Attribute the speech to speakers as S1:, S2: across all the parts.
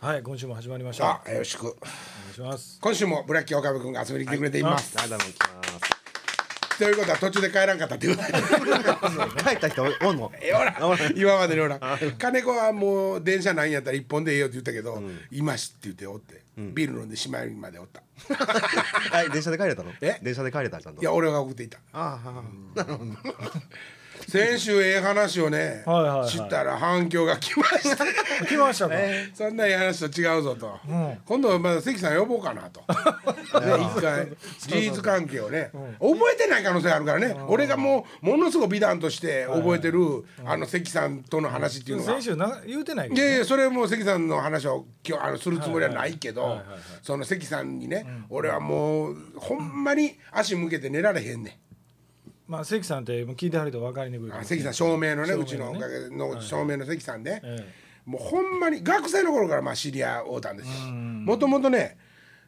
S1: はい、今週も始まりました。お
S2: さあよろしく
S1: 願いします。
S2: 今週もブラッキー岡部君が遊びに来てくれています、
S3: はい、どうも行き
S2: ということは途中で帰らんかったっていうことだよ
S3: ます。 帰った人おんの。
S2: えほら今までのほら金子はもう電車ないんやったら一本でええよって言ったけど、今しって言っておって、ビール飲んでしまいまでおった
S3: はい、電車で帰れたの。
S2: え
S3: 電車で帰れたちゃんと
S2: い。や俺が送っていた
S3: ああ、
S2: 先週ええ話をね、
S1: はいはいはい
S2: 知ったら反響が来ました
S1: 来ましたか。
S2: そんなええ話と違うぞと、
S1: ん
S2: 今度まだ関さん呼ぼうか なとね一回事実関係をね、覚えてない可能性があるからね、俺がもうものすごく美談として覚えてる、あの関さんとの話っていうのが
S1: 先週な言うてないけ
S2: い
S1: ど
S2: やいやそれも関さんの話を今日あのするつもりはないけどその関さんにね、俺はもうほんまに足向けて寝られへんね
S1: まあ関さんってもう聞いてはると分かりにくい
S2: ん
S1: か
S2: あ
S1: ら。
S2: 関さん照明のね
S1: 照明のね
S2: うちのおかげの照明の関さんね、
S1: え
S2: もうほんまに学生の頃からまあ知り合おうたんですよもともとね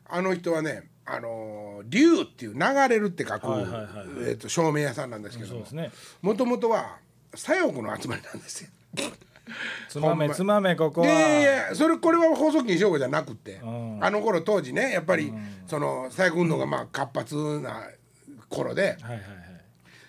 S2: あの人はねあのー竜っていう流れるって書く、
S1: はいはいはいはい
S2: えー、と照明屋さんなんですけど
S1: そう
S2: も
S1: ですね。
S2: ともとは左翼の集まりなんですよ。
S1: つまめつまめここは。
S2: でいやそれこれは放送禁止用語じゃなくて、
S1: ん
S2: あの頃当時ねやっぱり、その左翼運動がまあ活発な頃で
S1: はいはいはい。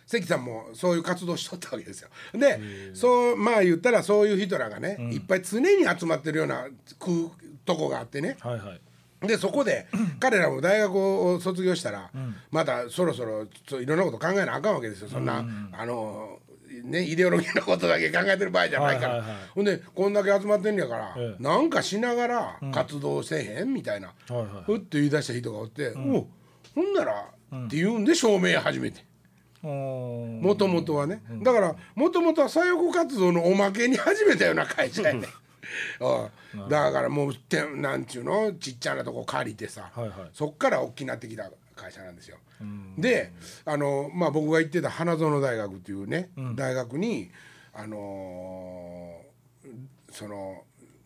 S2: 関さんもそういう活動しとったわけですよ。でそうまあ言ったらそういう人らがね、いっぱい常に集まってるような空とこがあってね
S1: はいはい。
S2: でそ こで彼らも大学を卒業したら、まだそろそろちょいろんなこと考えなあかんわけですよそんな、あのねイデオロギーのことだけ考えてる場合じゃないから、
S1: はいはいはい
S2: ほんでこんだけ集まってんねやから、
S1: ええ
S2: なんかしながら活動せえへんみたいな、
S1: はいはい
S2: ふっと言い出した人がおって「おうほんなら」って言うんで証明始めて。
S1: おー
S2: もともとはね、だからもともとは左翼活動のおまけに始めたような会社やね うんだからもうてなんちゅうのちっちゃなとこ借りてさ、
S1: はいはい
S2: そっから大きなってきた会社なんですよ。であの、まあ、僕が行ってた花園大学っていうね、大学にあのーその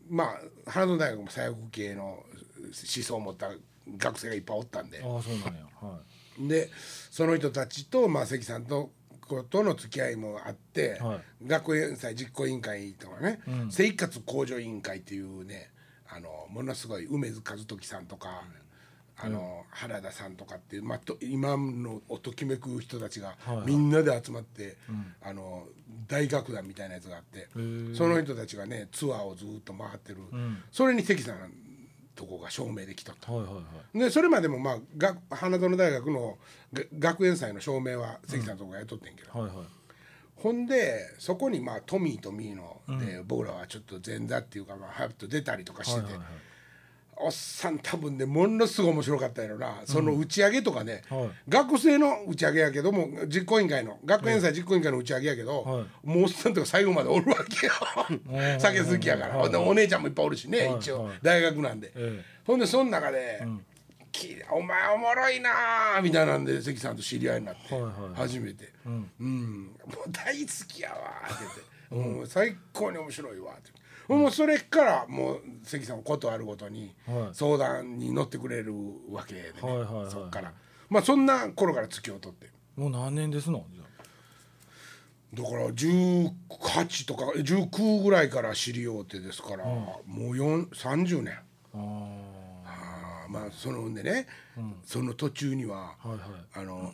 S2: まあ花園大学も左翼系の思想を持った学生がいっぱいおったんで。
S1: ああそうなんや。は
S2: でその人たちと、まあ、関さんとことの付き合いもあって、
S1: は
S2: 学園祭実行委員会とかね、生活向上委員会っていうねあのものすごい梅津和時さんとか、あの原田さんとかっていう、まあ、と今のおときめく人たちがみんなで集まって、あの大楽団みたいなやつがあってその人たちがねツアーをずっと回ってる、それに関さんとこが証明できたと。
S1: いはいはいはい。
S2: でそれまでもまあが花園大学のが学園祭の照明は関さんのとこがやっとってんけど、
S1: はいはい。
S2: ほんでそこにまあトミーとミーので、僕らはちょっと前座っていうかまあハブと出たりとかしてて、おっさん多分ねものすごい面白かったやろなその打ち上げとかね、
S1: はい
S2: 学生の打ち上げやけども実行委員会の学園祭実行委員会の打ち上げやけど、
S1: は
S2: もうおっさんとか最後までおるわけよ酒好きやから、ほんでお姉ちゃんもいっぱいおるしね、
S1: はい
S2: 一応
S1: はい
S2: 大学なんで、
S1: ええ
S2: ほんでその中で、きお前おもろいなー」みたいなんで関さんと知り合いになって、
S1: はいはい
S2: 初めて「うん、もう大好きやわ」って言って「もう最高に面白いわ」って。もうそれからもう関さんはことあるごとに
S1: はい
S2: 相談に乗ってくれるわけでね、
S1: はいはいはい
S2: そっからまあそんな頃から月を取って
S1: もう何年ですの。じゃ
S2: だから18とか19ぐらいから知り合うてですから、もう4 30年
S1: ああ
S2: あーまあそのんでね、その途中には、
S1: ーはいはい。
S2: あの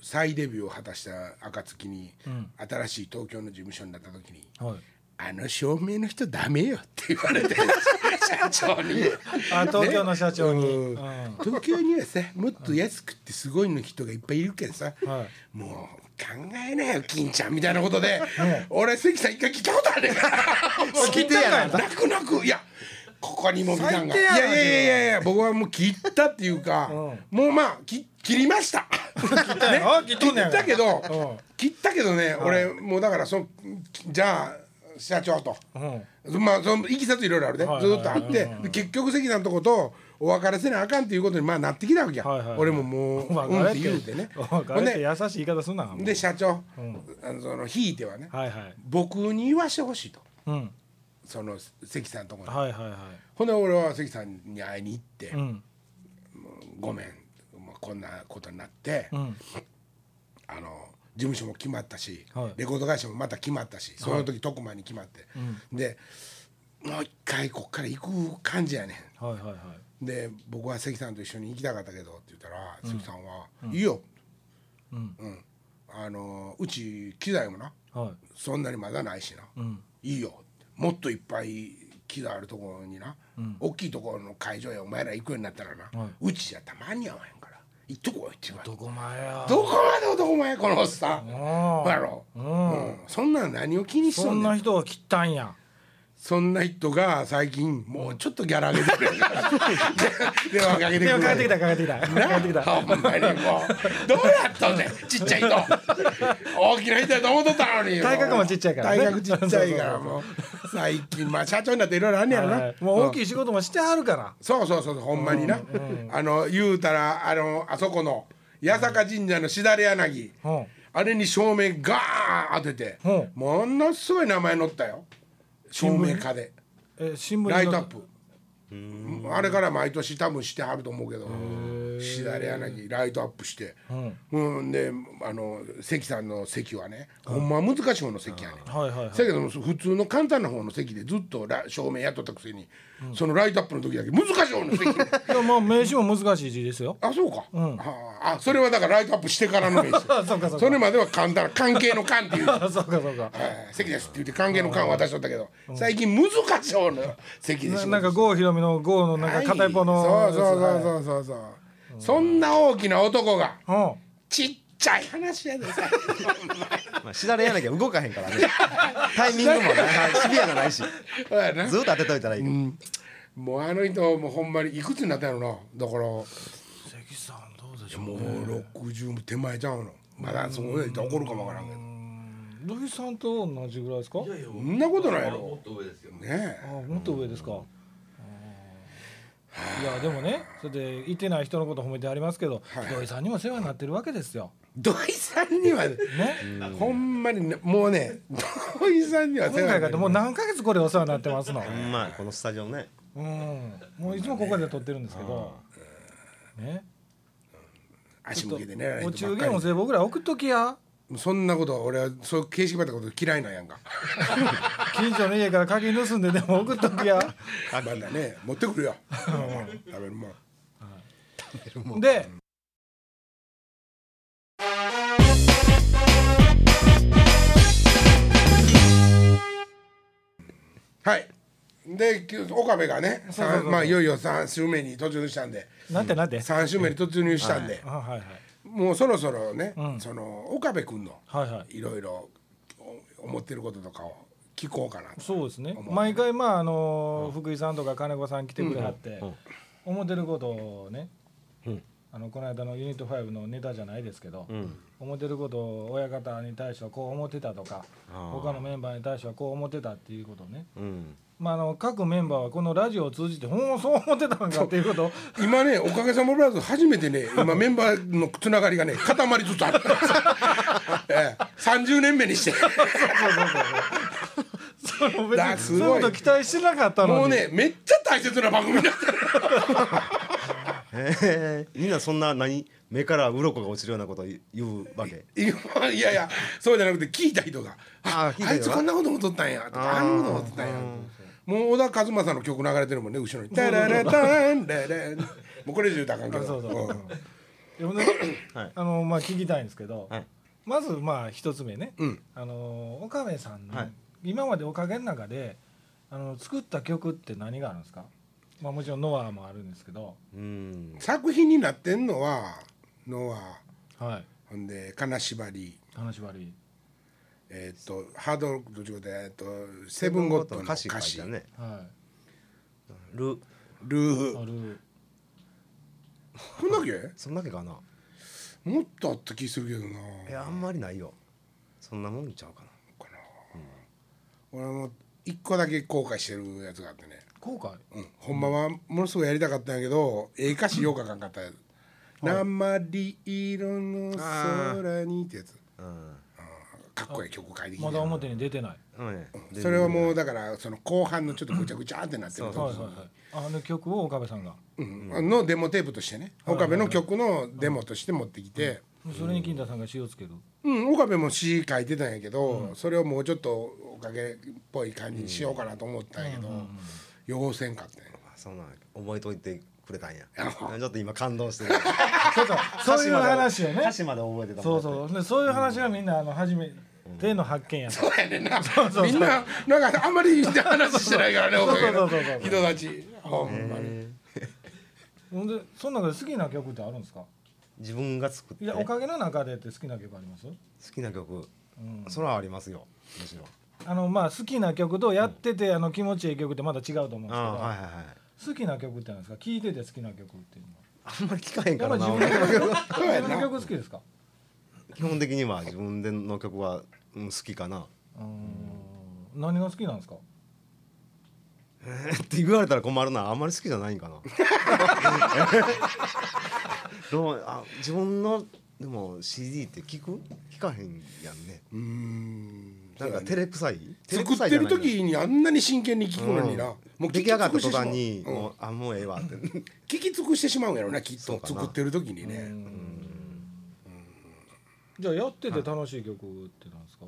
S2: 再デビューを果たした暁に、新しい東京の事務所になった時に
S1: はい。
S2: 「あの照明の人ダメよ」って言われて社長に
S1: あ東京の社長に。
S2: うん東京にはさもっと安くってすごいの人がいっぱいいるけどさ、
S1: はい
S2: もう考えなよ金ちゃんみたいなことで、俺関さん一回聞いたことあるねんから
S3: 好き手やな。
S2: 泣く泣くいやここにも美談が
S1: 最
S2: い
S1: 低や
S2: や
S1: ない
S2: やいやいやいや僕はもう切ったっていうか、もうまあき切りました
S1: 切ったやろ切っとんね
S2: 切
S1: やか
S2: った
S1: ら
S2: けど、
S1: うん
S2: 切ったけどね、俺もうだからそのじゃあ社長と、
S1: うん。
S2: まあそのいきさついろいろあるで、
S1: はい
S2: ずっとあって、で結局関さんとことお別れせなあかんっていうことにまあなってきたわけや、
S1: はいはい
S2: 俺ももう
S1: お
S2: うんっ
S1: 別
S2: て
S1: れ
S2: 言う
S1: て
S2: てね
S1: お別
S2: ほん
S1: れって
S2: で
S1: 優しい言い方すんな。もう
S2: で社長、あのそのひいてはね、
S1: はいはい。
S2: 僕に言わしてほしいと
S1: うん。
S2: その関さんとこに、
S1: はいはいは
S2: ほんで俺は関さんに会いに行って、
S1: い。うん。
S2: ごめん、まあ、こんなことになって、
S1: うん。
S2: あの事務所も決まったし、
S1: はい
S2: レコード会社もまた決まったしその時徳間に決まって、でもう一回こっから行く感じやね
S1: はいはいはい
S2: んで僕は関さんと一緒に行きたかったけどって言ったら、関さんは「いいよ、
S1: うん
S2: うん、あのうち機材もな
S1: は
S2: そんなにまだないしな、
S1: いうん
S2: いいよもっといっぱい木があるところにな、
S1: うん
S2: 大きいところの会場へお前ら行くようになったらな、
S1: はいう
S2: ちじゃたまに合わへんから行っとこうって言われて
S1: 男前や
S2: どこまで男前このおっさん
S1: あ
S2: ほやろ、
S1: う
S2: うんん、そんなん何を気にし
S1: そ
S2: とん
S1: ん
S2: ねん
S1: な人が切ったんや
S2: そんな人が最近もうちょっとギャラ上げてくれるから電話かけて
S1: で
S2: く
S1: も帰って
S2: れ
S1: き
S2: る
S1: た帰ってきた帰ってきた
S2: ほんまにもうどうやったんねんちっちゃい人大きな人やと思っとったのに
S1: 体格もちっちゃいからね
S2: 大学ちっちゃいからもう最近まあ社長になっていろいろあんねやろな、
S1: はいもう大きい仕事もしてはるから
S2: そうそうそうそうほんまにな、あの言うたらあのあそこの八坂神社のしだれ柳、
S1: うん
S2: あれに照明ガーン当てて、
S1: うん
S2: ものすごい名前載ったよ照明家で
S1: え新聞に
S2: ラ
S1: 載っ
S2: イトアップあれから毎年多分してはると思うけどしだれ柳ライトアップして、
S1: うん
S2: うん、であの関さんの席はね、ほんまは難しい方の席やねん
S1: はいはいはい
S2: せやけども普通の簡単な方の席でずっとラ照明やっとったくせに、そのライトアップの時だけ難しい方の席 で
S1: いやまあ名刺も難しい字ですよ
S2: あそうか、
S1: ん
S2: はああそれはだからライトアップしてからの名刺
S1: あ そうかそうか
S2: それまでは簡単な関係の関っていうは
S1: あそうかそうか
S2: い席ですって言って関係の関渡しとったけど、最近難しい方の席で
S1: な
S2: し
S1: なんか郷ひろみの郷のなんか片一方の
S2: はいそうそう
S1: う
S2: そうそうそうそう、そんな大きな男が
S1: そ
S2: ちっちゃい話や でさ
S3: まあ、しだれやなきゃ動かへんからね タイミングもねシビアがないし
S2: そうやな
S3: ずっと当てといたらいいけど
S2: もうあの人もうほんまにいくつになったんやろなだからも
S1: うん関さんどうでしょう
S2: う60手前ちゃうのまだそこで怒るかもわからんけど
S1: 土井さんと同じぐらいですか
S4: いやいや
S2: そんなことないや
S4: も
S2: ろ
S4: っと上ですよ。
S2: ね
S1: あもっと上ですか、いやでもねそれでいてない人のこと褒めてありますけど、
S2: はい
S1: 土井さんにも世話になってるわけですよ
S2: え土井さんには
S1: ね
S2: ほんまにねもうね土井さんには
S1: 今回か
S2: な
S1: ってもう何ヶ月これお世話になってますの
S3: ほんまこのスタジオね
S1: うんもういつもここで撮ってるんですけどね
S2: 足
S1: ちょ
S2: 向
S1: っ
S2: けて寝られ
S1: とお
S2: へん
S1: 中
S2: と
S1: 元
S2: ば
S1: お歳暮
S2: っか
S1: ぐらい送っときや
S2: りそんなことは俺はそういう形式ばったこと嫌いなんやんか
S1: 近所の家から鍵盗んででも送っときや
S2: まだね持ってくるよ食べるもん
S1: で
S2: はいできゅ岡部がね
S1: そうそうそうそう
S2: まあいよいよ3週目に突入したんで
S1: なんてなんて、
S2: 3週目に突入したんで、
S1: あはいはい
S2: もうそろそろね、
S1: うん
S2: その岡部君の
S1: はいはい
S2: いろいろお思ってることとかを聞こうかなと
S1: そうですね
S2: 思う
S1: 毎回まああのー福井さんとか金子さん来てくれはって
S3: うん
S1: 思ってることをね
S3: うん
S1: あのこの間のユニット5のネタじゃないですけど
S3: うん
S1: 思ってることを親方に対してはこう思ってたとか
S3: あー
S1: 他のメンバーに対してはこう思ってたっていうことをね
S3: うん
S1: まああの各メンバーはこのラジオを通じてほんそう思ってたのかっていうことを
S2: 今ねおかげさまブラザーズ初めてね今メンバーのつながりがね固まりつつある、 ええ、30年目にし て
S1: そうそうそうそう
S2: だ
S1: 別
S2: す
S1: に
S2: ごい
S1: そういうこと期待してなかったのに
S2: もうねめっちゃ大切な番組になってる
S3: へえみんなそんな何目から鱗が落ちるようなこと言うわけ
S2: いやいやそうじゃなくて聞いた人が「あ
S3: あー聞い
S2: あ
S3: た人が
S2: いつこんなことも撮ったんや」とか「あんなことも撮ったんや」もう小田和正の曲流れてるもんね後ろに「タララタンララン」もうこれ以上言うたらあかんけど
S1: そうそう
S2: うん
S1: でもね
S3: はい
S1: あのまあ聞きたいんですけど、
S3: はい
S1: まずまあ一つ目ね、
S2: うん
S1: あの岡部さんの、
S3: はい
S1: 今までおかげの中であの作った曲って何があるんですか、まあ、もちろん「ノア」もあるんですけど、
S3: うん
S2: 作品になってんのは「のは
S1: はい、
S2: ほんで「金縛り
S1: 話悪い、」
S2: えーっとハードロックと違うてえーっと「セブンゴッド」の歌詞
S3: 書いてあるね
S1: は
S3: ル
S2: ルー
S1: い、あ
S2: フ
S1: る
S2: こんだけ
S3: そんだけかな
S2: もっとあった気するけどない
S3: やあんまりないよそんなもんちゃうかな
S2: 俺も一個だけ後悔してるやつがあってね
S1: 後悔
S2: うん、ほんまはものすごいやりたかったんやけど、ええ歌詞ようかかんかったやつ「鉛色の空に」ってやつ
S3: うん
S2: かっこいい曲書いてきて
S1: まだ表に出てない、
S3: うんね
S2: うんそれはもうだからその後半のちょっとぐちゃぐちゃってなってる
S3: そう
S1: はい
S2: 時
S1: はい
S2: に
S1: はい、あの曲を岡部さんが、
S2: うんのデモテープとしてね岡部の曲のデモとして持ってきて、
S1: それに金田さんが塩つける、
S2: うん、岡部も詩書いてたんやけど、それをもうちょっとおかげっぽい感じにしようかなと思ったんやけど、ようせんかったんや
S3: あそんなん覚えといてくれたんや
S2: あ
S3: ちょっと今感動してる
S1: ちょっと そういう話をね
S3: 歌詞まで覚えてた
S1: そう
S3: う
S1: そうでそういう話がみんなあの初めての発見やった、
S2: そうやねんな
S1: そう
S2: みんななんかあんまり話してないからねおかげ
S1: そうそうそうそう
S2: 人たちほんまに
S1: ほんでその中で好きな曲ってあるんですか
S3: 自分が作って
S1: いやおかげの中でって好きな曲あります、
S3: 好きな曲
S1: うん、
S3: それはありますよむしろ
S1: あのまあ好きな曲とやってて、あの気持ちいい曲ってまた違うと思うんですけど、
S3: ああはいはいはい
S1: 好きな曲ってなんですか聴いてて好きな曲っていうのは
S3: あんまり聞かへん
S1: や
S3: か
S1: っ
S3: ら
S1: ぱり
S3: な
S1: 自分の
S3: 俺
S1: 曲自分の曲好きですか
S3: 基本的には自分での曲は、うん、好きかな
S1: うーん何が好きなんですか
S3: えーって言われたら困るなあんまり好きじゃないんかなどうあ自分のでも CD って聞く聞かへんやんね
S2: うーん
S3: なんか照れくさい照れ
S2: 作
S3: く
S2: っ
S3: さい
S2: てる時にあんなに真剣に聞くのにな、
S3: うん
S2: もう聞き
S3: 出来上がった途端
S2: 尽くし
S3: に、
S2: てしまううん
S3: もうあもうええわって
S2: 聞き尽くしてしまうんやろなきっ
S3: そう
S2: と
S3: かな
S2: 作ってる時にね、
S1: じゃあやってて楽しい曲ってなんですか
S3: や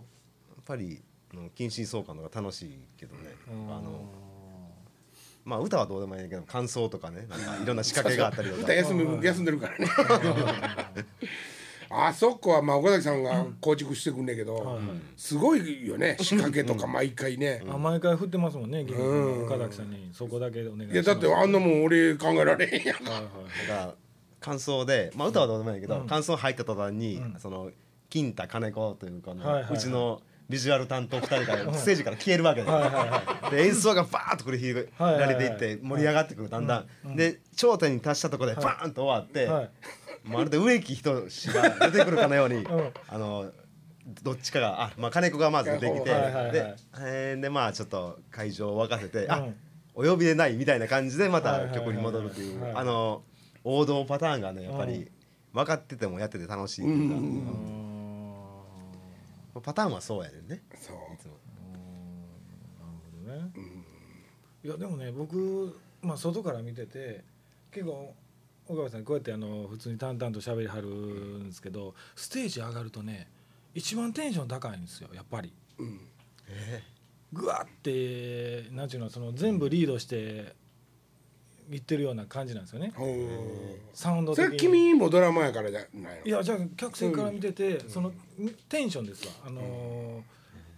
S3: っぱりうん近親相関の方が楽しいけどね、
S1: うーん
S3: あのまあ歌はどうでもいいんやけど感想とかねなんかいろんな仕掛けがあった りとか
S2: 歌休む休んでるからね あそこはまあ岡崎さんが構築してくんねんけど、すごいよね仕掛けとか毎回ね、
S1: あ毎回振ってますもんね銀の岡崎さんにそこだけお願いします
S2: いやだってあんなもん俺考えられへんやんか
S1: はいはい
S3: だから感想で、まあ、歌はどうでもいいんやけど、感想入った途端に、その金太金子というか
S1: は
S3: の、
S1: いはいはいう
S3: ちのビジュアル担当2人からステージから消えるわけで,、で演奏がバーッとこれ広
S1: はい
S3: げ
S1: はい
S3: ら
S1: はい
S3: れていって盛り上がってくるだんだん、で頂点に達したところでバーンと終わって、
S1: はい
S3: まるで植木仁志が出てくるかの ように、
S1: ん
S3: あのどっちかがあ、まあ、金子がまず出てきて、
S1: はいはいはい
S3: でえーでまあちょっと会場を沸かせて、
S1: う
S3: あ
S1: ん
S3: お呼びでないみたいな感じでま
S1: はいはいはい
S3: た
S1: はい
S3: 曲に戻るっていう、
S1: はい
S3: あの王道パターンがねやっぱり分かっててもやってて楽しいっていうか、
S1: うーん
S3: パターンはそうやねんね
S2: そう
S3: いつも
S1: なるほどねいやでもね僕まあ外から見てて結構岡部さんこうやってあの普通に淡々と喋りはるんですけどステージ上がるとね一番テンション高いんですよやっぱり。ぐわってなんていうのその全部リードしていってるような感じなんですよね
S2: ほう
S1: サウンド
S2: そ
S1: 的
S2: れ
S1: に。
S2: 君もドラマやからじゃないの
S1: いやじゃあ客席から見てて、そのテンションですわあのー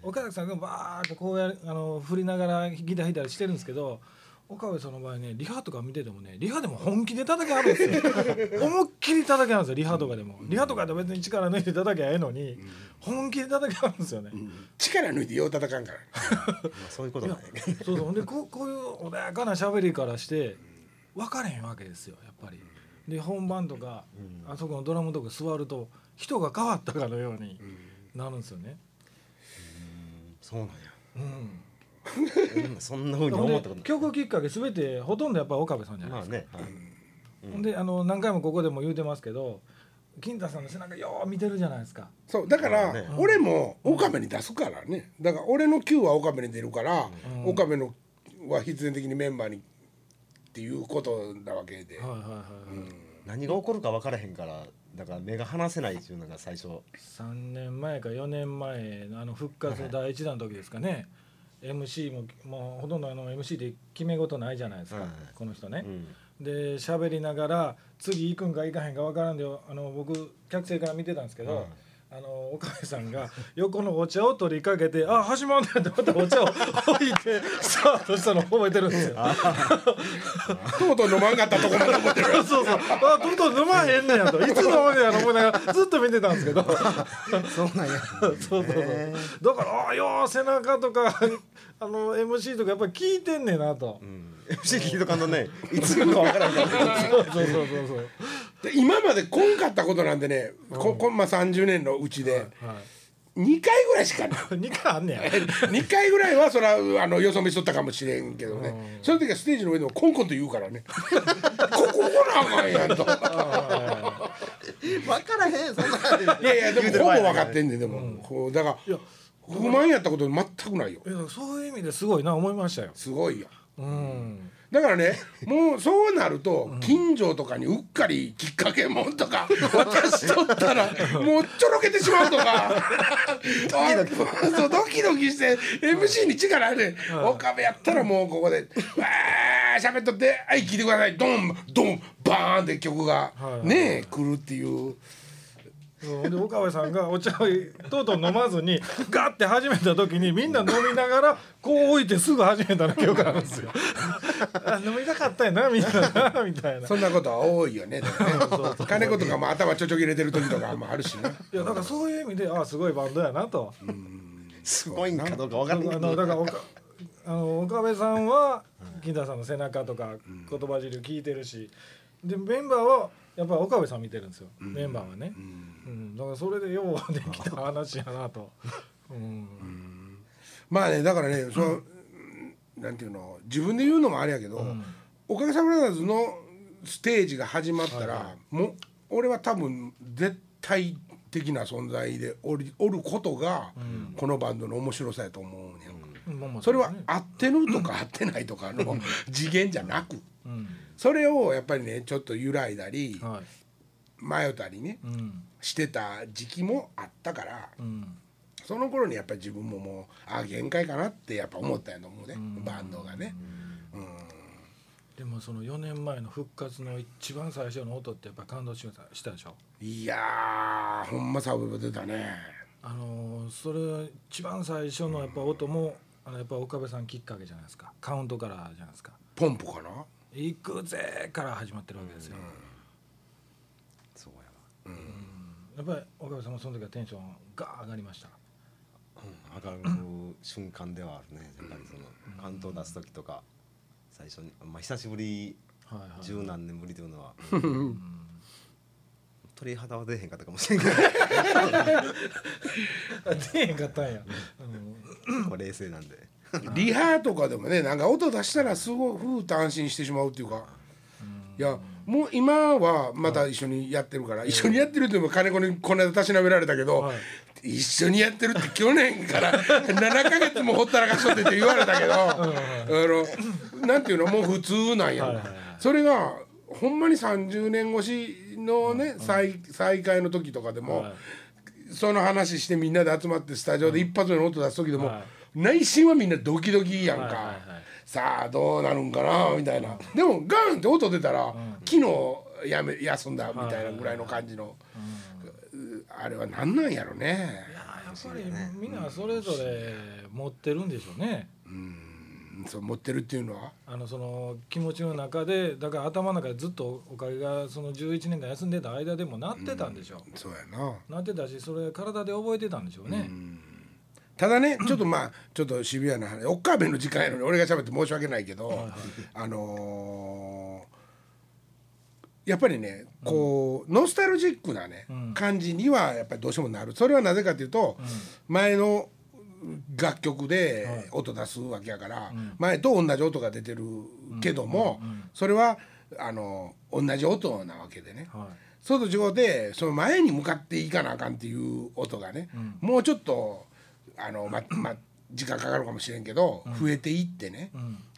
S1: 岡崎さんがバーッとこうやるあの振りながらギター弾いたりしてるんですけど岡部さんの場合ねリハとか見ててもねリハでも本気で叩きあるんです よ思いっきり叩きあるんですよリハとかでも、リハとかで別に力抜いて叩きゃええのに、本気で叩きあるんですよね、
S2: 力抜いてよう叩かんから
S3: まあそういうこと
S1: い
S3: な
S1: や
S3: んや
S1: そうそうほんでこうこういう穏やかな喋りからして分かれへんわけですよやっぱり。で本番とか、あそこのドラムとか座ると人が変わったかのようになるんですよね。
S3: そうなんや
S1: うん、
S3: うん そんなふうに
S1: ほん
S3: 思
S1: で
S3: ったこと
S1: 曲きっかけ全てほとんどやっぱ岡部さんじ
S3: な
S1: ゃ
S3: い
S1: ないで
S3: ま
S1: すか。
S3: あね、はい
S1: ほんであの何回もここでも言うてますけど金太さんの背中よう見てるじゃないですか。
S2: そうだか
S3: まあね
S2: ら俺も岡部に出すからねだから俺の Q は岡部に出るから、岡部のは必然的にメンバーにっていうことなわけで、
S1: はいはいはいはい。
S3: 何が起こるか分からへんからだから目が離せないっていうのが最初
S1: 3年前か4年前のあの復活の第一弾の時ですかね、MC ももうほとんどあの MC で決め事ないじゃないですか、
S3: はい
S1: この人ね
S3: う、ん
S1: で喋りながら次行くんか行かへんか分からんであの僕客席から見てたんですけど、あの岡部さんが 横のお茶を取りかけて「あ始まんねん」ってまたお茶を置いてスタートしたのを覚えてるんですよ。
S2: とうとう飲まんかったとこまで思ってる
S1: そうそうあとんとん飲まへんねやといつ飲むねやと思いながらずっと見てたんですけど。
S3: そうなんや
S1: そうそうそう。だから、ああ、よう、背中とか、あの、MC とか、やっぱり聞いてんねんなと。
S3: MC 聞いとかんとねいつ来るか分からへんか ら
S1: そうそうそうそうそう。
S2: で今まで来んかったことなんでね、ここんま30年のうちで
S1: はい。
S2: 2回ぐらいしかない
S1: 二回あんね や。
S2: 2回ぐらいはそらあのよそ見しとったかもしれんけどねその時はステージの上でもコンコンと言うからねこここなあかんやんと
S3: 分からへんそんなん
S2: いやいやで
S3: 言うて
S2: もほ
S3: る場
S2: ぼ
S3: 合や
S2: 分かってんねんでも、こうだか
S1: いや
S2: ら不満やったこと全くないよ
S1: いや、そういう意味ですごいな、思いましたよ。
S2: すごいよ
S1: うん。
S2: だからねもうそうなると近所とかにうっかりきっかけもんとか渡しとったらもうちょろけてしまうとか ドキドキそうドキドキして MC に力ある、岡部やったらもうここで「わー喋っとってはい聞いてくださいドンドンバーン!」って曲がね来るっていう。
S1: そうで岡部さんがお茶をとうとう飲まずにガッて始めた時にみんな飲みながらこう置いてすぐ始めたの記憶あるんですよ。あ飲みたかったよなみんななみたいな。
S2: そんなことは多いよ ね。でもね金子とかも頭ちょちょぎれてる時とかもあるしな。
S1: いやだからそういう意味でああすごいバンドやなと。
S3: すごいんかどうかわか
S1: あ
S3: らんけ
S1: の
S3: ど
S1: だから岡あの岡部さんは金田さんの背中とか言葉尻を聞いてるし、でメンバーはやっぱり岡部さん見てるんですよ、メンバーはね、うん、だからそれでようできた話やなと、うん、
S2: まあねだからねその、なんていうの自分で言うのもあれやけど、おかげさまでズのステージが始まったら、もう俺は多分絶対的な存在でおりおることが、このバンドの面白さやと思うね、
S1: まあまあ
S2: ん、それは合ってるとか合ってないとかの次元じゃなく、
S1: うん
S2: それをやっぱりねちょっと揺らいだり、
S1: はい
S2: 迷ったりね
S1: うん
S2: してた時期もあったから。
S1: うん
S2: その頃にやっぱり自分ももうあ限界かなってやっぱ思ったんやと思うね、バンドがね、
S1: でもその4年前の復活の一番最初の音ってやっぱ感動しましたしたでしょ
S2: いやーほんまサブ出たね
S1: あのーそれ一番最初のやっぱ音もあのやっぱ岡部さんきっかけじゃないですかカウントからじゃないですか
S2: ポンプかな
S1: 「行くぜ!」から始まってるわけですよ、
S3: そうや
S1: やっぱり岡部さんもその時はテンションが上がりま した
S3: わ、うん、上がる瞬間ではあるねやっぱりその関東出す時とか最初に、まあ、久しぶり
S1: はいはい
S3: 十何年ぶりというの は、鳥肌は出へんかったかもしれん けど
S1: あ出えへんかったんや、
S3: これ冷静なんで
S2: リハとかでもねなんか音出したらすごいふーっと安心してしまうっていうか、いやもう今はまた一緒にやってるから、一緒にやってるっていうのも金子にこの間たしなめられたけど、
S1: はい
S2: 一緒にやってるって去年から7ヶ月もほったらかしとってって言われたけどあのなんていうのもう普通なんやんか、それがほんまに30年越しのね、再再会の時とかでも、
S1: はい
S2: その話してみんなで集まってスタジオで一発目の音出す時でも、
S1: はい
S2: 内心はみんなドキドキやんか、
S1: はいはいはい
S2: さあどうなるんかなみたいなでもガンって音出たら、昨日やめ休んだみたいなぐらいの感じの、あれは何なんやろね
S1: いやーやっぱりみんなそれぞれ持ってるんでしょうね
S2: うんそう持ってるっていうのは
S1: あのその気持ちの中でだから頭の中でずっとおかげがその11年間休んでた間でもなってたんでしょう、
S2: そうやな
S1: なってたしそれ体で覚えてたんでしょうね、
S2: ただねちょっとまあちょっとシビアな話岡部の時間やのに俺が喋って申し訳ないけどあのーやっぱりねこう、ノスタルジックなね、
S1: うん
S2: 感じにはやっぱりどうしてもなるそれはなぜかというと、前の楽曲で音出すわけやから、前と同じ音が出てるけども、それはあの同じ音なわけでね、
S1: はい
S2: そうと違うてその前に向かっていかなあかんっていう音がね、もうちょっとあのまま時間かかるかもしれんけど、増えていってね、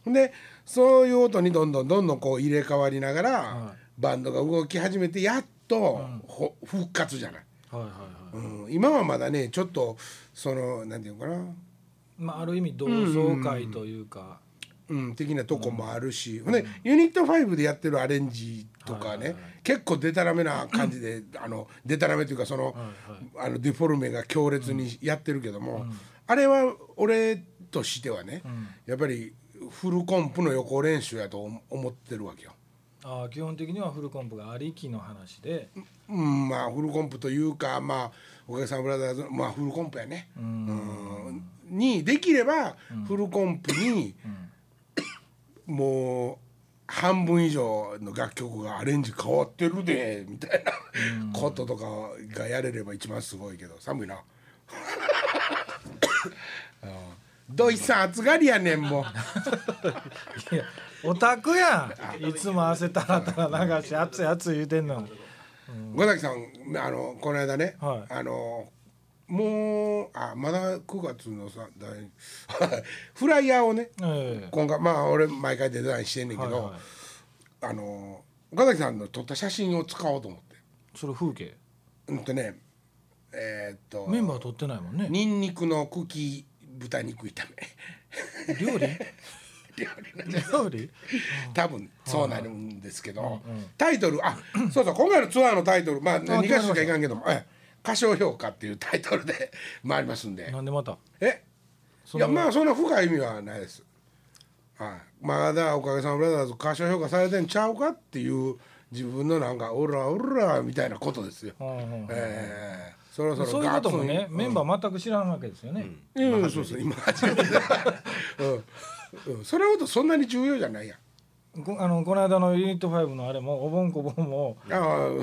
S2: でそういう音にどんどんどんどんこう入れ替わりながら、バンドが動き始めてやっと、ほ復活じゃない、
S1: はいはいはい、
S2: うん、今はまだねちょっとそのなんていうのかな
S1: まあある意味同窓会というか、
S2: うん、的なとこもあるし、ほんでユニット5でやってるアレンジとかね、結構デタラメな感じ で、あのデタラメというかその,、あのデフォルメが強烈にやってるけども、あれは俺としてはね、やっぱりフルコンプの予行練習やと思思ってるわけよ。
S1: ああ基本的にはフルコンプがありきの話で、
S2: うん、まあフルコンプというかまあおかげさんブラザーズまあフルコンプやね、うんにできればフルコンプに、もう半分以上の楽曲がアレンジ変わってるでみたいなこととかがやれれば一番すごいけど寒いな。ドイツさん暑がりやねんもう
S1: いやオタクやんいつも汗たらたら流し熱い熱い言うてんの
S2: 五崎さんあのこの間ね、
S1: はい
S2: あのもうあまだ9月のさだい フライヤーをね
S1: え
S2: 今回まあ俺毎回デザインしてんね
S1: え
S2: んけど、
S1: はいはい
S2: あの岡崎さんの撮った写真を使おうと思って
S1: それ風景
S2: うんとねえーっと
S1: メンバー取ってないもんね
S2: ニンニクの茎豚肉炒
S1: 料理
S2: めいや
S1: 料理
S2: 多分そうなるんですけど、
S1: うん
S2: タイトルあそうそう今回のツアーのタイトルまあ
S1: 決ま
S2: 2
S1: りま
S2: か
S1: した
S2: 所しかいかんけども「ええ歌唱評価」っていうタイトルで 回りますんで
S1: なんでまた
S2: えい
S1: その
S2: やまあそんな深い意味はないです、はい、まだ「おかげさまブラザーズ」歌唱評価されてんちゃうかっていう自分のなんか「オラオラ」みたいなことですよ、
S1: うんうんうん
S2: ええそろそろ
S1: そういうこともね
S2: ガツン
S1: メンバー全く知らんわけですよね
S2: うん、そうそう今初めてだ、うんうん、それほどそんなに重要じゃないやん
S1: こあのこの間のユニット5のあれもおぼんこぼんも
S2: あ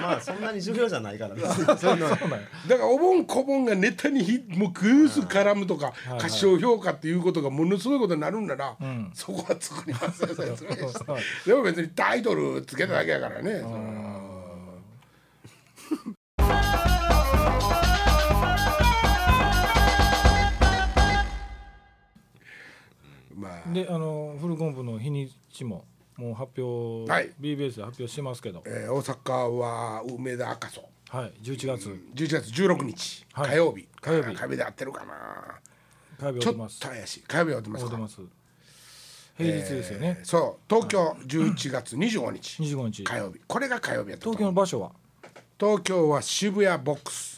S3: まあそんなに重要じゃないから別に そういうのは
S1: そうなんや
S2: あだからお盆こぼんがネタにひもうグース絡むとか
S1: いはい
S2: 歌唱評価っていうことがものすごいことになるんなら、
S1: ん
S2: そこは作りますよ 説明して
S1: はい
S2: でも別にタイトルつけただけやからね、その まあ
S1: であのフルコンプの日にちももう発表、
S2: はい
S1: BBS で発表しますけど、
S2: えー大阪は梅田赤楚
S1: はい、11月
S2: 11月16日、
S1: はい
S2: 火曜日
S1: 火曜日
S2: あー火曜日で合ってるかな
S1: 火曜日
S2: ち
S1: お
S2: ょ
S1: てま
S2: っ
S1: す
S2: と怪しい火曜日は合ってま
S1: お
S2: す
S1: て
S2: か
S1: ます平日ですよね、
S2: そう東京11月25日、
S1: 25日
S2: 火曜日これが火曜日やった
S1: 東
S2: と思
S1: 京
S2: う
S1: の場所は
S2: 東京は渋谷ボックス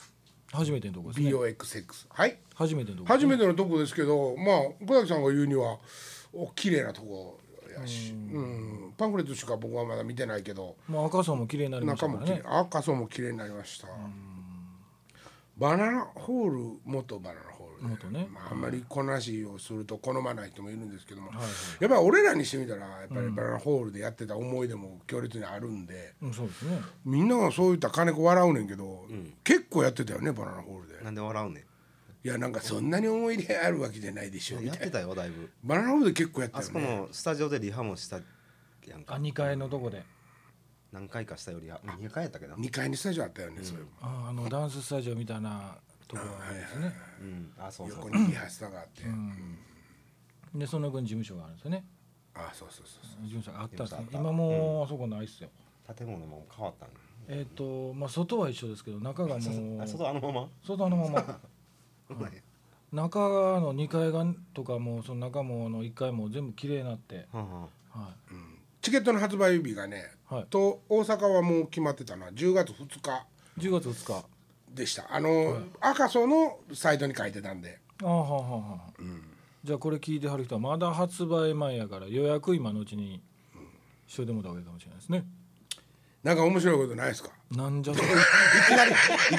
S1: 初めてのとこですね
S2: BOXX はい
S1: 初めてのとこ
S2: 初めてのとこですけどまあ小崎さんが言うにはお綺麗なとこやしうんパンフレットしか僕はまだ見てないけど
S1: まあ赤楚も綺麗になりました
S2: 中
S1: から
S2: も綺麗
S1: ね
S2: 赤楚も綺麗になりましたバナナホール元バナナホールで
S1: 元ね
S2: まあ、あんまりこの話をすると好まない人もいるんですけども、やっぱり俺らにしてみたらやっぱりバナナホールでやってた思い出も強烈にあるんで、
S1: うんそうですね
S2: みんながそういったら金子笑うねんけど、結構やってたよねバナナホールで
S3: なんで笑うね
S2: いやなんかそんなに思い入れあるわけじゃないでしょ
S3: ん
S2: み
S3: やった
S2: いな
S3: てたよだいぶ
S2: バナナホールで結構やった
S3: あ
S2: よ
S3: そこ
S2: ね
S3: のスタジオでリハもしたやん
S1: あ
S3: か
S1: 2階のとこで
S3: 何回かしたよりは2回やったっけど
S2: 2階にスタジオあったよね、そういえば
S1: ああのダンススタジオみたいなとこですね
S3: うんあそうそう
S2: 横にリハーサルがあって、
S1: でその横に事務所があるんですよね
S2: あそうそうそうそう
S1: 事務所があったんです
S3: 事
S1: ね
S3: 務所あった
S1: 今もうあそこないっすよ、
S3: 建物も変わったんだ
S1: えっ、とまあ外は一緒ですけど中がもう
S3: あ外あのまま
S1: 外のまま中の2階がとかもその中もあの1階も全部綺麗になって、
S3: はんはん
S1: は
S2: チケットの発売日がね、
S1: はい
S2: と大阪はもう決まってたな10月2日
S1: い、10月2日
S2: でしたあの、赤楚のサイトに書いてたんで
S1: ああはあはあはあ、じゃあこれ聞いてはる人はまだ発売前やから予約今のうちにしといてもらった方がいいかもしれないですね
S2: なんか面白いことないですか
S1: なんじゃそら
S3: い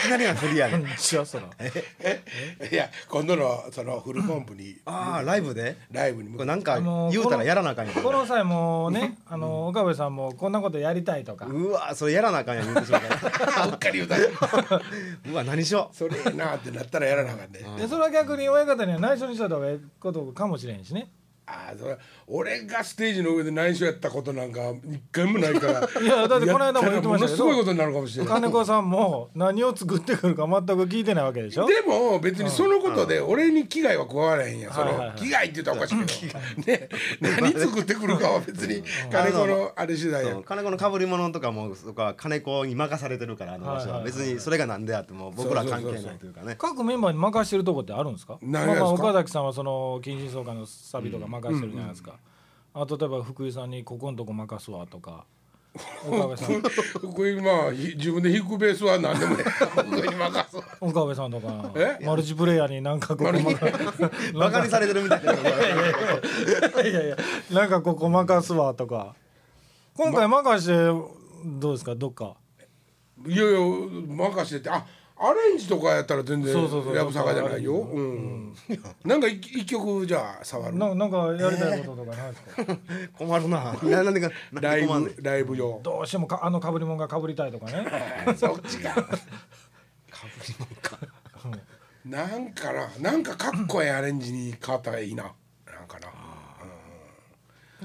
S3: きなりは振りや
S1: な
S3: ね
S1: んじゃそら
S2: いや今度のそのフルコンプに
S3: ああライブで
S2: ライブに向
S3: こ
S2: けて
S3: れなんか
S1: あのー
S3: 言うたらやらなあかんやん
S1: この際もうねあの岡部さんもこんなことやりたいとか
S3: うわそれやらなあかんやん言うてしまうから
S2: うっかり言うた
S3: うわ何しよ
S2: それええなってなったらやらなあかんね、
S1: でそれは逆に親方には内緒にした方がいいことかもしれんしね
S2: ああそれ俺がステージの上で内緒やったことなんか一回もないから
S1: い やだってこの間も
S2: や
S1: 言ってましたけど
S2: ものすごいことになるかもしれない
S1: 金子さんも何を作ってくるか全く聞いてないわけでしょ
S2: でも別にそのことで俺に危害は加わらへんやんそ
S1: はいはい
S2: の
S1: はい
S2: 危害って言ったらおかしいけどね何作ってくるかは別に金子のあれ次
S3: う
S2: 第や
S3: そう金子の被り物とかもとか金子に任されてるからあの場所
S1: はい
S3: は
S1: はいはい
S3: 別にそれが何であっても僕ら関係ないというかね
S1: 各メンバーに任してるとこってあるんですか
S2: ないですか
S1: まあまあ、岡崎さんはその近親相関のサビとか任してるじゃないですか、あと例えば福井さんにここんとこ任すわとか 岡部さん
S2: これまあひ自分で弾くベースは何で もね僕に任すわ
S1: 岡部さんとか
S2: え
S1: マルチプレイヤーになんかここ任す
S3: バカにされてるみたい な
S1: いやいやなんかここ任すわとか今回任してどうですかどっか
S2: いやいや任せててあアレンジとかやったら全然
S1: そうそうそう
S2: やぶさかじゃないようんなんか一一曲じゃあ触る
S1: ななんかやりたいこととかないですか、
S3: 困るなななんでかなん
S2: ラ
S3: で
S2: イ
S3: 困んねん
S2: ブライブ用
S1: どうしてもかあの被り物が被りたいとか ね
S2: そっちかなんかななんかかっこいいアレンジに変わったらいいななんかな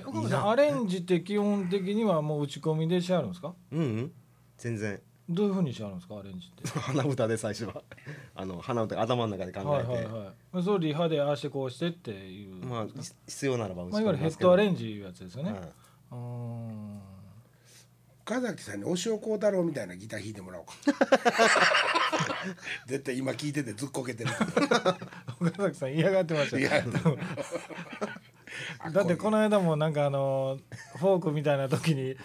S1: 岡部さんアレンジって基本的にはもう打ち込みでしはるんですか
S3: うんうん全然
S1: どういうふうにしはるんですかアレンジって
S3: 鼻歌で最初は あの鼻歌頭の中で考えて、
S1: はいはいはいそれリハでああしてこうしてっていう、
S3: まあい必要ならば打ち
S1: まあ、いわ
S3: 込
S1: ゆる
S3: み
S1: ヘ
S3: ます
S1: ッ
S3: けど
S1: ドアレンジいうやつですよね、
S3: はいう
S1: ーん
S2: 岡崎さんに押尾幸太郎みたいなギター弾いても らおうか絶対今聴いててずっこけてる
S1: 岡崎さん嫌がってました
S2: い
S1: よ
S2: や
S1: だってこの間もなんかあのフォークみたいな時に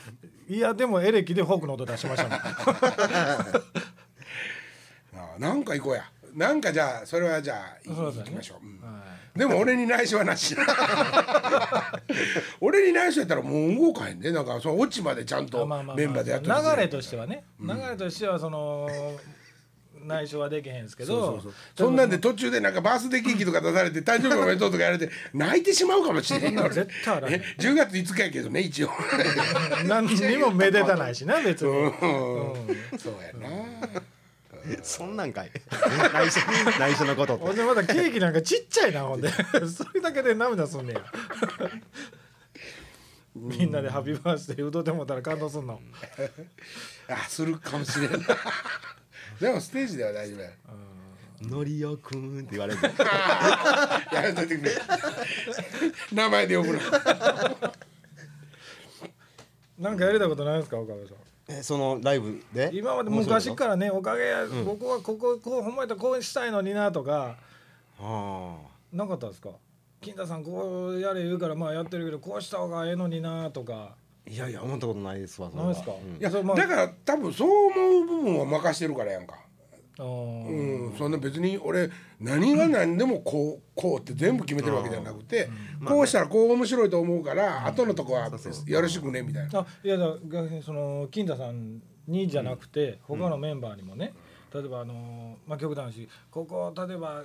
S1: いやでもエレキでフォークの音出しましたもん
S2: ああなんか行こうやなんかじゃあそれはじゃあい
S1: そうだね
S2: 行きましょう、うん
S1: はい
S2: でも俺に内緒はなし 俺に内緒やったらもう動かへんでなんかそのオチまでちゃんと
S1: あまあまあまあ
S2: メンバーでやって
S1: 流れとしてはね、流れとしてはその内緒はできへんですけど
S2: そうそうそんなんで途中でなんかバースデーケーキとか出されて誕生日おめでとうとかやられて泣いてしまうかもしれん
S1: そんなん絶対あらへん
S2: え10月5日やけどね一応
S1: 何にもめでたないしな別に、
S2: そうやな
S3: そんなんかい 内緒内緒のことって
S1: ほんでまだケーキなんかちっちゃいなほんでそれだけで涙すんねやみんなで「ハッピーバースデー」歌ってもうたら感動すんの、
S2: あするかも しれんなでもステージでは大丈夫や
S3: のりおくんって言われて
S2: やめといてくれ名前で呼ぶな
S1: なんかやれたことないですか岡部さん
S3: えそのライブで
S1: 今まで
S3: 面白い
S1: 昔
S3: の
S1: からねおかげや、僕はこここうほんまやったらこうしたいのになとか
S3: あ
S1: なかったですか金田さんこうやれ言うからまあやってるけどこうした方がええのになとか
S3: あいやいや思ったことないですわそれ
S1: ない
S3: は
S1: ですか、
S3: うん
S2: いや
S1: それ
S2: だから多分そう思う部分を任してるからやんか。
S1: あ
S2: う
S1: ー
S2: ん、そんな別に俺何が何でもこうこうって全部決めてるわけじゃなくて、こうしたらこう面白いと思うから、後のとこはよろしくねみたいな。
S1: あいやだから逆にその金田さんにじゃなくて、他のメンバーにもね例えばあのーまあ極端だしここ例えば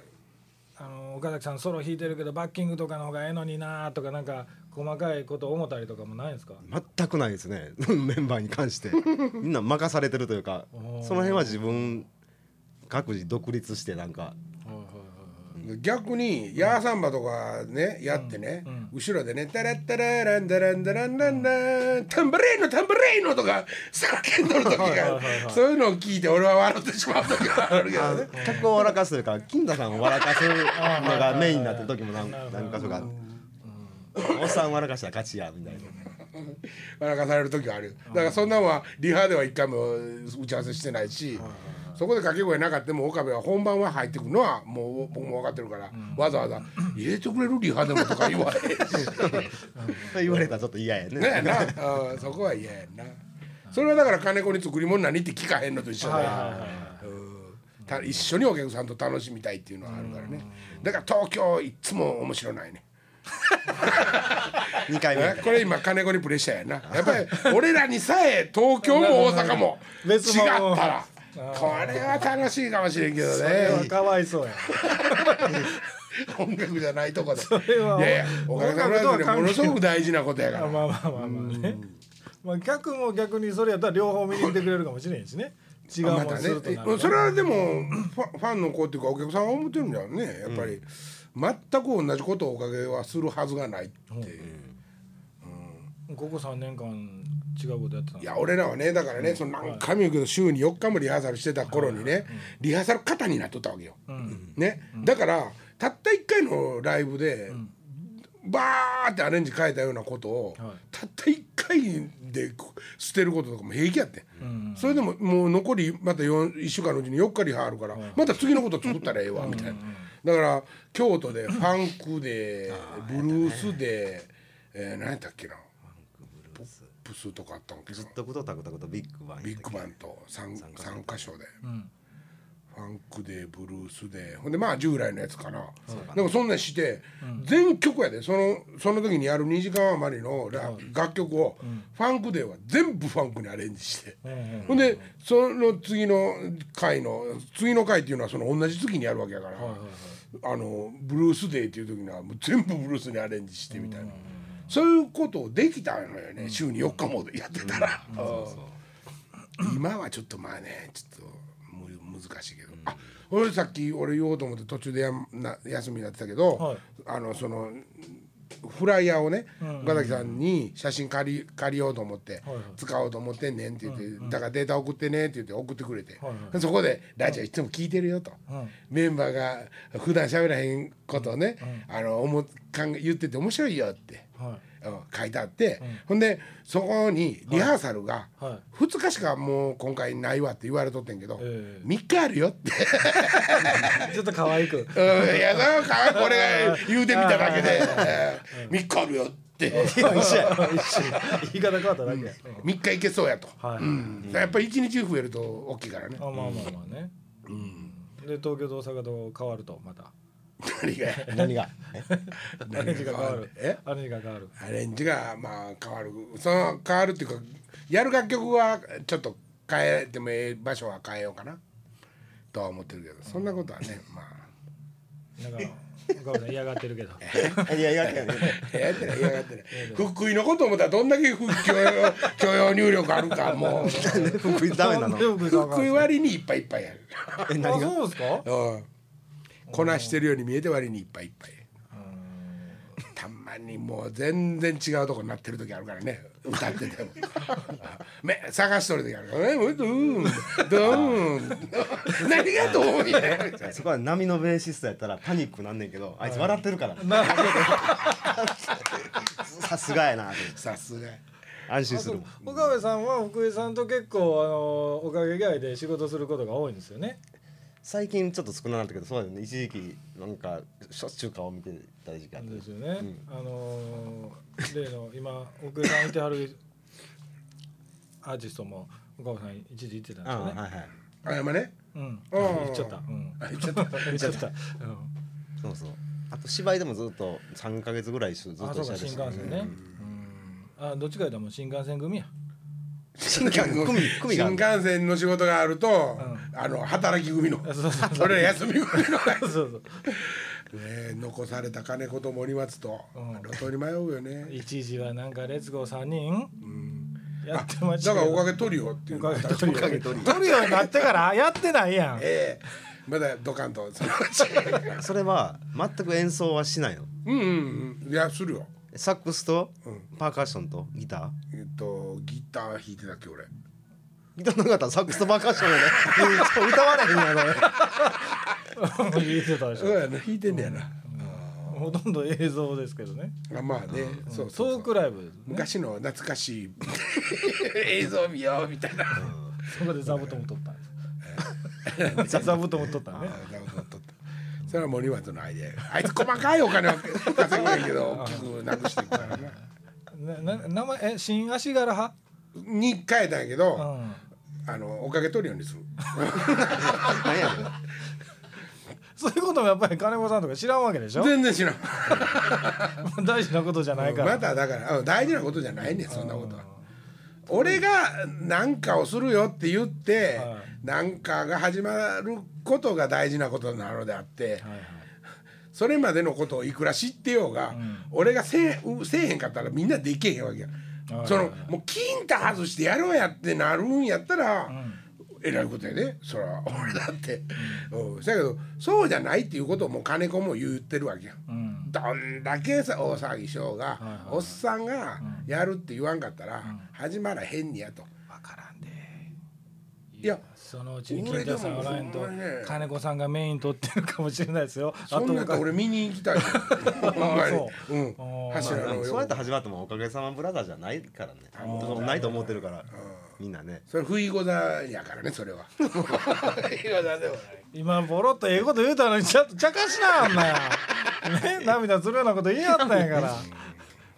S1: あのー岡崎さんソロ弾いてるけどバッキングとかの方がええのになとかなんか細かいこと思ったりとかもないんですか
S3: 全くないですね メンバーに関 してみんな任されてるというか
S1: ー
S3: その辺は自分各自独立してなんか
S2: 逆にヤーサンバとかねやってね、後ろでね「タラッタラランダランダランダンダンタンバレーノタンバレーノ」とか叫んどる時
S1: はいはい
S2: が
S1: はいはい
S2: そういうのを聞いて俺は笑ってしまう時があるけどね。
S3: 客を笑かすというか金田さんを笑かすのがメインになってる時も何何か所かあるおっさん笑かしたら勝ちやみたいな
S2: 笑かされる時はあるよだからそんなんはリハでは一回も打ち合わせしてないし、そこで掛け声なかったも岡部は本番は入ってくるのはもう僕も分かってるから、わざわ ざ「入れてくれるリハでも」とか言われへんし
S3: それ言われたらちょっと嫌やね
S2: ねえな、 うんそこは嫌やんなそれはだから金子に作り物何って聞かへんのと一緒だようんた一緒にお客さんと楽しみたいっていうのはあるからねだから東京いっつも面白ないね
S3: 2回目
S2: えこれ今金子にプレッシャーやなやっぱり俺らにさえ東京も大阪も違っ
S1: 別
S2: た
S1: 物
S2: らこれは楽しいかもしれんけどね
S1: かわいそうや
S2: 音楽じゃないとこで
S1: れはい
S2: やいやおかげさ
S1: 音楽
S2: まで
S1: とは関係ない
S2: ものすごく大事なことやか
S1: あ
S2: ら
S1: まあまあまあまあね。まあ逆も逆にそれやったら両方見に来てくれるかもしれんしね。違う
S2: ま
S1: も
S2: た
S1: ん
S2: ね
S1: するとなる
S2: それはでもファファンの子っていうかお客さんは思ってるんだよねやっぱり全く同じことをおかげはするはずがないって
S1: ここ三年間違うことやってたの
S2: い。や俺らはねだからねその何回も言うけど週に4日もリハーサルしてた頃にねリハーサル肩になっとったわけよ。ねだからたった1回のライブでバーってアレンジ変えたようなことを
S1: はい
S2: たった1回でこ捨てることとかも平気やって
S1: ん
S2: それでももう残りまた1週間のうちに4日リハあるからまた次のこと作ったらええわみたいな。だから京都でファンクでブルースでえー何やったっけなポップスとかあったんけど
S3: ずっとことタクタクとビッグバン
S2: ビッグバンと 3, 三箇所で、
S1: ん
S2: ファンクでブルースでほんでまあ従来のやつかな、なんかそんなんして、全曲やでそのその時にやる2時間余りのラ、楽曲を、ファンクデーは全部ファンクにアレンジして、ほんでその次の回の次の回っていうのはその同じ月にやるわけやから、あのブルースデーっていう時にはもう全部ブルースにアレンジしてみたいな、そういうことをできたのよね週に4日もやってたら。うん今はちょっとまあねちょっとむ難しいけど、あ俺さっき俺言おうと思って途中でやんな休みになってたけど、
S1: はい
S2: あのそのフライヤーをね
S1: うん
S2: 岡崎さんに写真借り借りようと思って
S1: はいはい
S2: 使おうと思ってんねんって言ってだからデータ送ってねって言って送ってくれて
S1: はいは
S2: そこで「ラジオいつも聞いてるよ」と
S1: うん
S2: メンバーが普段喋らへんことをねあの思う考え言ってて面白いよって。
S1: は
S2: うん書いてあって、ほんでそこにリハーサルが
S1: いはい
S2: 2日しかもう今回ないわって言われとってんけど、
S1: ええ
S2: 3日あるよって
S1: ちょっと可愛く
S2: 「うん、いやなんか俺が言うてみただけで3日あるよ」って
S1: 一緒や一緒や言い方変わっただけやうん
S2: 3日いけそうやと、
S1: はい
S2: うんやっぱり1日増えると大きいからね
S1: あまあまあまあねで東京と大阪と変わるとまた
S2: 何が
S3: 何が
S1: アレンジが変わ
S2: 何が
S1: る
S2: え
S1: アレンジが変わる
S2: アレンジがまあ変わるその変わるっていうかやる楽曲はちょっと変えてもええ場所は変えようかなとは思ってるけどそんなことはねまあ。
S1: なんか岡部さん嫌がってるけど
S3: いやいやいやいや
S2: やってないやってない福井のこと思ったらどんだけ福井許容 許容入力あるかもう
S3: 福井ダメなの
S1: んで 僕さんが
S2: 福井割にいっぱいいっぱいやる、
S3: え
S1: あ
S3: 何が
S1: そうですか
S2: うん、こなしてるように見えて割にいっぱいいっぱいたまにもう全然違うとこになってる時あるからね 歌ってても め探しとる時あるからねうんドゥーンドゥーン何がどうみたいな
S3: そこは波のベーシストやったらパニックなんねんけどあいつ笑ってるから さすがやなと
S2: さすが
S3: 安心するもん
S1: 岡部さんは福井さんと結構あのおかげ以外で仕事することが多いんですよね
S3: 最近ちょっと少なくなったけどそうだよね一時期なんかしょっちゅう顔見てた時期あった
S1: ですよね、あのー例の今奥井さんいてはるアーティストも岡部さん一時行ってたんです
S3: あ
S1: よね
S3: はいはい
S2: あやまね
S1: うん
S2: うん
S1: 行っちゃったうん行っちゃ った行っちゃった
S3: そうそうあと芝居でもずっと3か月ぐらい一緒ずっ
S1: あ
S3: と
S1: そう
S3: 一
S1: か新幹
S3: 緒でした
S1: 線ねうんあどっちかいうともう新幹線組や
S2: 新幹
S3: 組組があ
S2: 新
S3: る
S2: 幹線の仕事があると、あの働き組の
S1: そうそう
S2: それ休み組の
S1: そうそう
S2: ねえ残された金子と森松と、
S1: うん
S2: 路頭に迷う よね、
S1: 一時はなんかレッツゴー三人
S2: うん、
S1: やってました
S2: だからおか
S1: げ
S2: げトリオっていう
S1: おかげ
S2: 私
S1: 取るよ取るようになってからやってないやん
S2: ええまだドカンとそのうち
S3: それは全く演奏はしないの
S2: うんうんうんいやするよ
S3: サックスとパーカッションとギター
S2: えっとギター弾いてたっけ俺
S3: ギターなかったらサックスとパーカッションやでち ょっと歌われへんやろ
S1: 言ってたでし
S2: そうやな弾いてんだよな、
S1: ょほとんど映像ですけどね
S2: あまあね、そうそう
S1: ト
S2: そう
S1: ークライブですね
S2: 昔の懐かしい映像見ようみたいな
S1: そこで座布団を取ったんです。 座布団を取ったね。
S2: なるほどとそれは森松のアイデアあいつ細かいお金を稼ぐんやけど大きくなくしていくからな
S1: なな名前え新足柄派？
S2: に変えたんやけど、
S1: うん。
S2: あのおかげ取るようにする
S3: 何やろ
S1: そういうこともやっぱり金子さんとか知らんわけでしょ。
S2: 全然知らん
S1: 大事なことじゃないか
S2: ま
S1: ら。
S2: だだからうん大事なことじゃないねんそんなことは俺が何かをするよって言って
S1: は
S2: 何かが始まることが大事なことなのであって
S1: はいはい。
S2: それまでのことをいくら知ってようが俺がせえせえへんかったらみんなできへんわけや
S1: はい
S2: そのもう金太外してやろうやってなるんやったらえらいことやねそら俺だってうんそやけどそうじゃないっていうことをもう金子も言ってるわけや
S1: うん。
S2: どんだけさ大騒ぎしようが、おっさんがやるって言わんかったら、始まらへんにやと。
S1: わからんで。
S2: いや
S1: そのうちに金田さんがらへんと
S2: 俺でもほんまにね
S1: 金子さんがメイン取ってるかもしれないですよ。
S2: そんなんやったら
S1: あと
S2: 俺見に行きたいよ。ほんまに
S1: そうあ
S2: ん
S1: ー、
S2: 柱の
S3: まあでもそうやっ
S2: 横
S3: て始まってもおかげさまブラザーじゃないからねとかもないと思ってるからみんなね
S2: それ不意ござやからねそれは。不意ござでもない。
S1: 今ボロっとええこと言うたのにちゃんと茶化しなあんなや。 ね涙するようなこと言いやったんやから。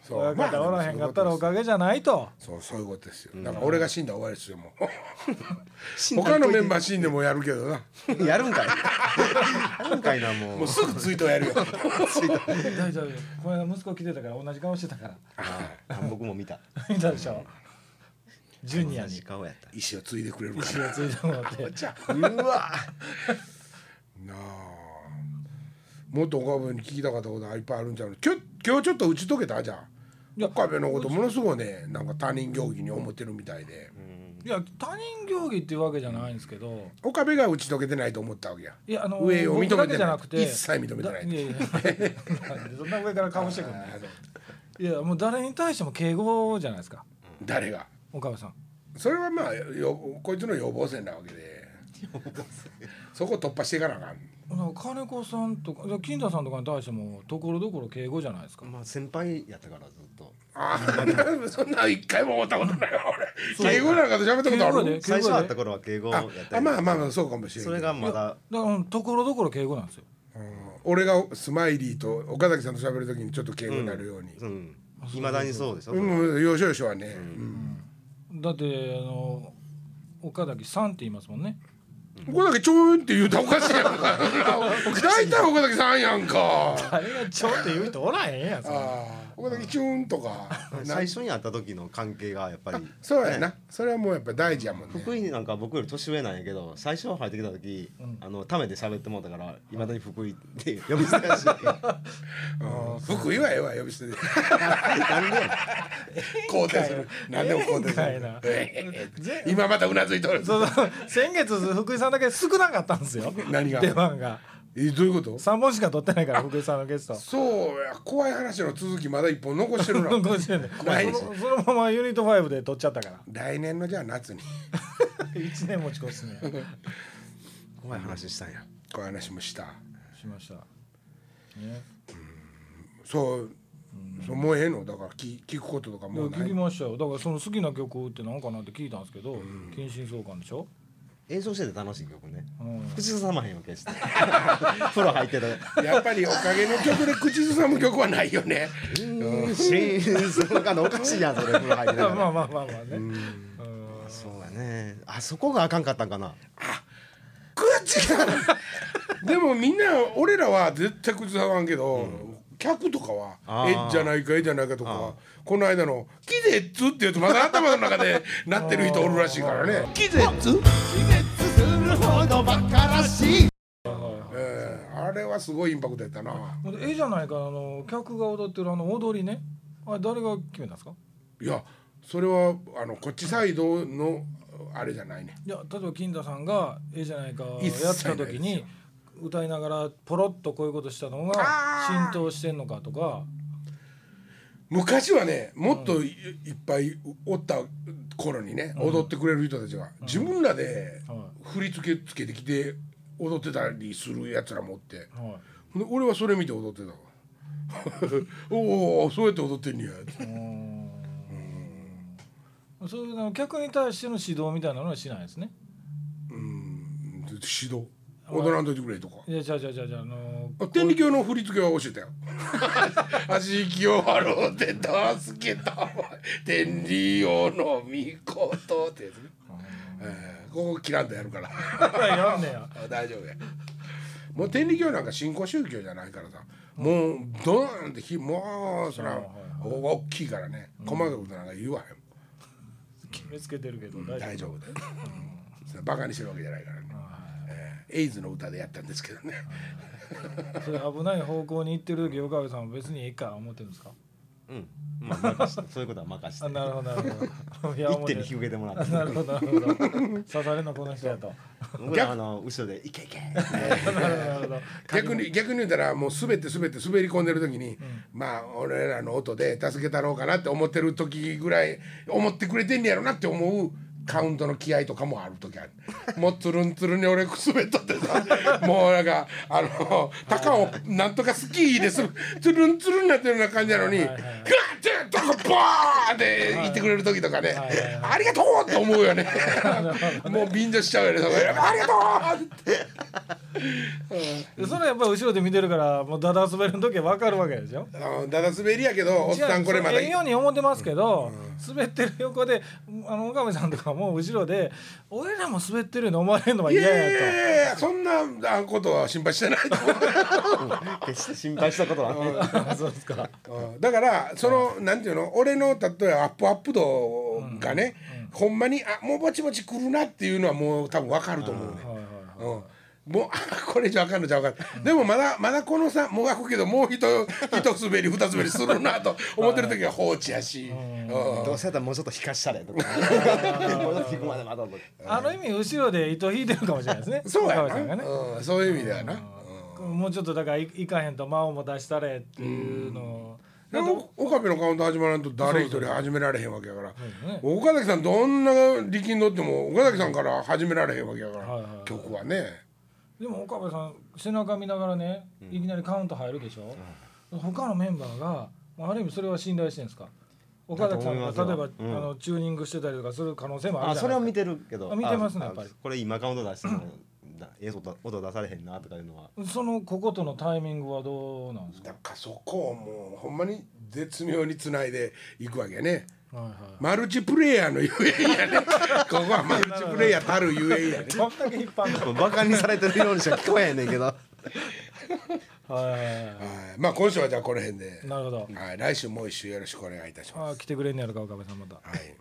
S2: そ
S1: 親
S2: うま
S1: 方おらへんかったらお
S2: あ
S1: かげじゃないと。
S2: そうそういうことですよ。だから俺が死んだら終わりですよもう。他のメンバー死んでもやるけどな。
S3: やるんかいやるんかいなもう
S2: もうすぐ追悼やるよ。
S1: 大丈夫この間息子来てたから同じ顔してたから
S3: あ僕も見た
S1: 見たでしょジュニア
S3: 同じ
S1: に
S3: 顔やった
S2: 石を継いでくれるから
S1: 血。をついてもらって
S2: じゃあ
S3: うわ
S2: なあもっと岡部に聞きたかったことはいっぱいあるんちゃうの今日今日ちょっと打ち解けたじゃん
S1: いや
S2: 岡部のことものすごいねなんか他人行儀に思ってるみたいで、
S3: うん
S1: いや他人行儀っていうわけじゃないんですけど、
S2: 岡部が打ち解けてないと思ったわけや
S1: いやあの
S2: 上を認め
S1: 僕
S2: てない
S1: だけじゃなくて
S2: 一切認めてない
S1: だややなんでそんな上から顔してくるのいやもう誰に対しても敬語じゃないですか
S2: 誰が
S1: 岡部さん
S2: それはまあよこいつの予防線なわけでそこ突破していかなあかん
S1: だから金子さんとかだから金田さんとかに対してもところどころ敬語じゃないですか
S3: まあ先輩やったからずっと
S2: ああ そんなん一回も思ったことないわ俺敬語なんかで喋っ
S1: 敬
S2: たことあ
S1: 語や
S2: る
S1: で
S3: 最初会った頃は敬語や
S2: あ
S3: った
S2: あまあまあまあ
S3: あ
S2: そうかもしれん
S3: そ
S2: け
S3: れ
S2: ど
S3: がまだ
S1: だからうんところどころ敬語なんですよ
S2: うん俺がスマイリーと岡崎さんと喋るときにちょっと敬語になるように
S3: うんいまだにそうでしょ、
S2: うん、よしよしはね、
S1: だってあの岡崎さんって言いますもんね
S2: うん、岡崎ちょんって言うたらおかしいやんか大体岡崎さんやんかあ
S1: あれがちょって言う人おらへんやんそんな
S2: あ岡崎ちゅんとかな
S3: 最初に会った時の関係がやっぱり
S2: そうやな、それはもうやっぱ大事やもんね
S3: 福井なんか僕より年上なんやけど最初入ってきた時、あのためで喋ってもうたからいまだに福井って呼び捨てや しな
S2: うん福井はええわ呼び捨てで
S3: んでやねん
S2: 肯定する何でも肯定す
S1: ええんか
S2: る 今またうなずいとる
S1: そうそう 先月福井さんだけ少なかったんですよ
S2: 何が
S1: 出番が
S2: えどういうこと
S1: 3本しか取ってないから福井さんのゲスト
S2: そうや怖い話の続きまだ一本残してる な
S1: 50年
S2: ない
S1: そのそのままユニット5で取っちゃったから
S2: 来年のじゃあ夏に
S1: 1年持ち越すね
S3: 怖い話したんや
S2: こういう話もした
S1: しましたね
S2: そう、そうもうええのだから聞聞くこととか
S1: いや
S2: もうない
S1: 聞きましたよだからその好きな曲って何かなって聞いたんですけど「近親相関」でしょ
S3: 演奏してて楽しい曲ね
S1: うん
S3: 口ずさまへんよ決して風呂入ってた
S2: やっぱりおかげの曲で口ずさむ曲はないよね。
S3: うんしそのかのおかしいやんそれ風呂入ってた
S1: まあ
S3: から
S1: まあまあまあまあねうん
S3: そうやねあそこがあかんかったんかな
S2: 口が。でもみんな俺らは絶対口ずさまんけど、客とかは
S3: あー
S2: えじゃないかえじゃないかとかこの間の「キゼッツ」って言うとまだ頭の中で なってる人おるらしいからね。キゼッツ？
S3: するほどバカらしい
S2: えーあれはすごいインパクトやったな。
S1: ほんで絵じゃないかあの客が踊ってるあの踊りねあれ誰が決めたんですか
S2: いやそれはあのこっちサイドのあれじゃないね。
S1: いや例えば金田さんが「ええじゃないか」
S2: 一切
S1: やってた時
S2: ない
S1: に歌いながらポロッとこういうことしたのが浸透してんのかとか
S2: 昔はねもっとい,、っぱいおった頃にね踊ってくれる人たちが、自分らで
S1: は
S2: 振り付けつけてきて踊ってたりするやつらもおって
S1: いは
S2: ほんで俺はそれ見て踊ってたわおおそうやって踊ってんねや
S1: いうーんそういうの客に対しての指導みたいなのはしないですね
S2: うん指導踊らんといてくれとか
S1: いやじゃあじゃあじゃあじゃああの
S2: あ天理教の振り付けは教え たよ足清原で助けたまえ天理教の御事ってやつね、えーここ切らんとやるから
S1: ーやんねや
S2: あ 大丈夫やもう天理教なんか新興宗教じゃないからさもうドーンってひもうそらお大きいからね細かいことなんか言わへ
S1: 決めつけてるけど
S2: ん
S1: 大丈
S2: 大丈夫だよそれバカにしてるわけじゃないからねえーエイズの歌でやったんですけどね
S1: 夫それ危ない方向に行ってる時岡部さんは別にええか思ってるんです か
S3: うんまあ任してそういうことは任して
S1: あなるほどなるほど いや
S3: 一
S1: 思っ
S3: 手
S1: てる
S3: に引き受けてもらって
S1: なるほどなるほど刺されるのこの人 やと
S3: 僕らあの後ろで「いけいけ!」って
S1: なるほどなるほど
S2: 逆に逆に言うたらもう滑って滑って滑り込んでる時に、まあ俺らの音で助けたろうかなって思ってる時ぐらい思ってくれてんねやろなって思うカウントの気合とかもある時あるもうつるんつるんに俺滑っとって さもうなんかあの高をなんとかスキーですつるんつるんになってるような感じなのにガッてとかバーンって言ってくれる時とかね
S1: はいはい
S2: ありがとうって思 うよねもう便乗しちゃうよねそこありがとうって。
S1: でそれはやっぱり後ろで見てるからもうダダ滑りの時は分かるわけでしょ
S2: あのだだ滑りやけどおっさんこれまだ
S1: 違うええように思ってますけど、滑ってる横であの岡部さんとかも後ろで俺らも滑ってるの思われるのは嫌や
S2: ええそんなことは心配してないと
S3: 決して心配したことはないそうですか
S2: 思ううんだからそのなんていうの俺の例えばアップアップ度がね、ほんまにあもうぼちぼち来るなっていうのはもう多分わかると思うね
S1: と、はいはいはい、
S2: うんもうあこれ以上あかんのちゃうから、でもまだまだこのさもがくけどもう一一滑り二滑りするなと思ってる時は放置やし、うん
S3: どうせやったらもうちょっと引かしたれとかもうちょっと引くまで待とうとか
S1: あの意味後ろで糸引いてるかもしれないですね
S2: そうや
S1: 岡部さん
S2: な、
S1: がね、
S2: うん、そういう意味ではな、
S1: もうちょっとだからいいかへんと間を持たしたれっていうのを
S2: でも岡部のカウント始まらんと誰一人始められへんわけやから
S1: そうね
S2: 岡崎さんどんな力んどっても岡崎さんから始められへんわけやから、
S1: はいはいはい
S2: 曲はね
S1: でも岡部さん背中見ながらねいきなりカウント入るでしょ、他のメンバーがまあある意味それは信頼してるんですか岡崎さんが
S3: だと
S1: 例
S3: 思
S1: えば、
S3: いますようん
S1: あのチューニングしてたりとかする可能性もある
S3: あ
S1: じゃ
S3: それ
S1: な
S3: を
S1: いで
S3: 見
S1: すか
S3: てるけど
S1: あ見てますね
S3: あ
S1: やっぱり
S3: あこれ今カウント出してもだええ音音出されへんなとかいう のは
S1: そのこことのタイミングはどうなんですか、
S2: だからそこをもうほんまに絶妙につないでいくわけやね
S1: はいはい
S2: マルチプレイヤーのゆえん やねここはマルチプレイヤーたるゆえんやね
S1: こんだけ引っ張るの
S3: バカにされてるようにしか聞こえへんねんけど
S1: はいはいは
S2: はいまあ今週はじゃあこの辺で
S1: い、なるほど
S2: はい、来週もう一週よろしくお願いいたします
S1: あ来てくれんねやろか岡部さんまた
S2: はい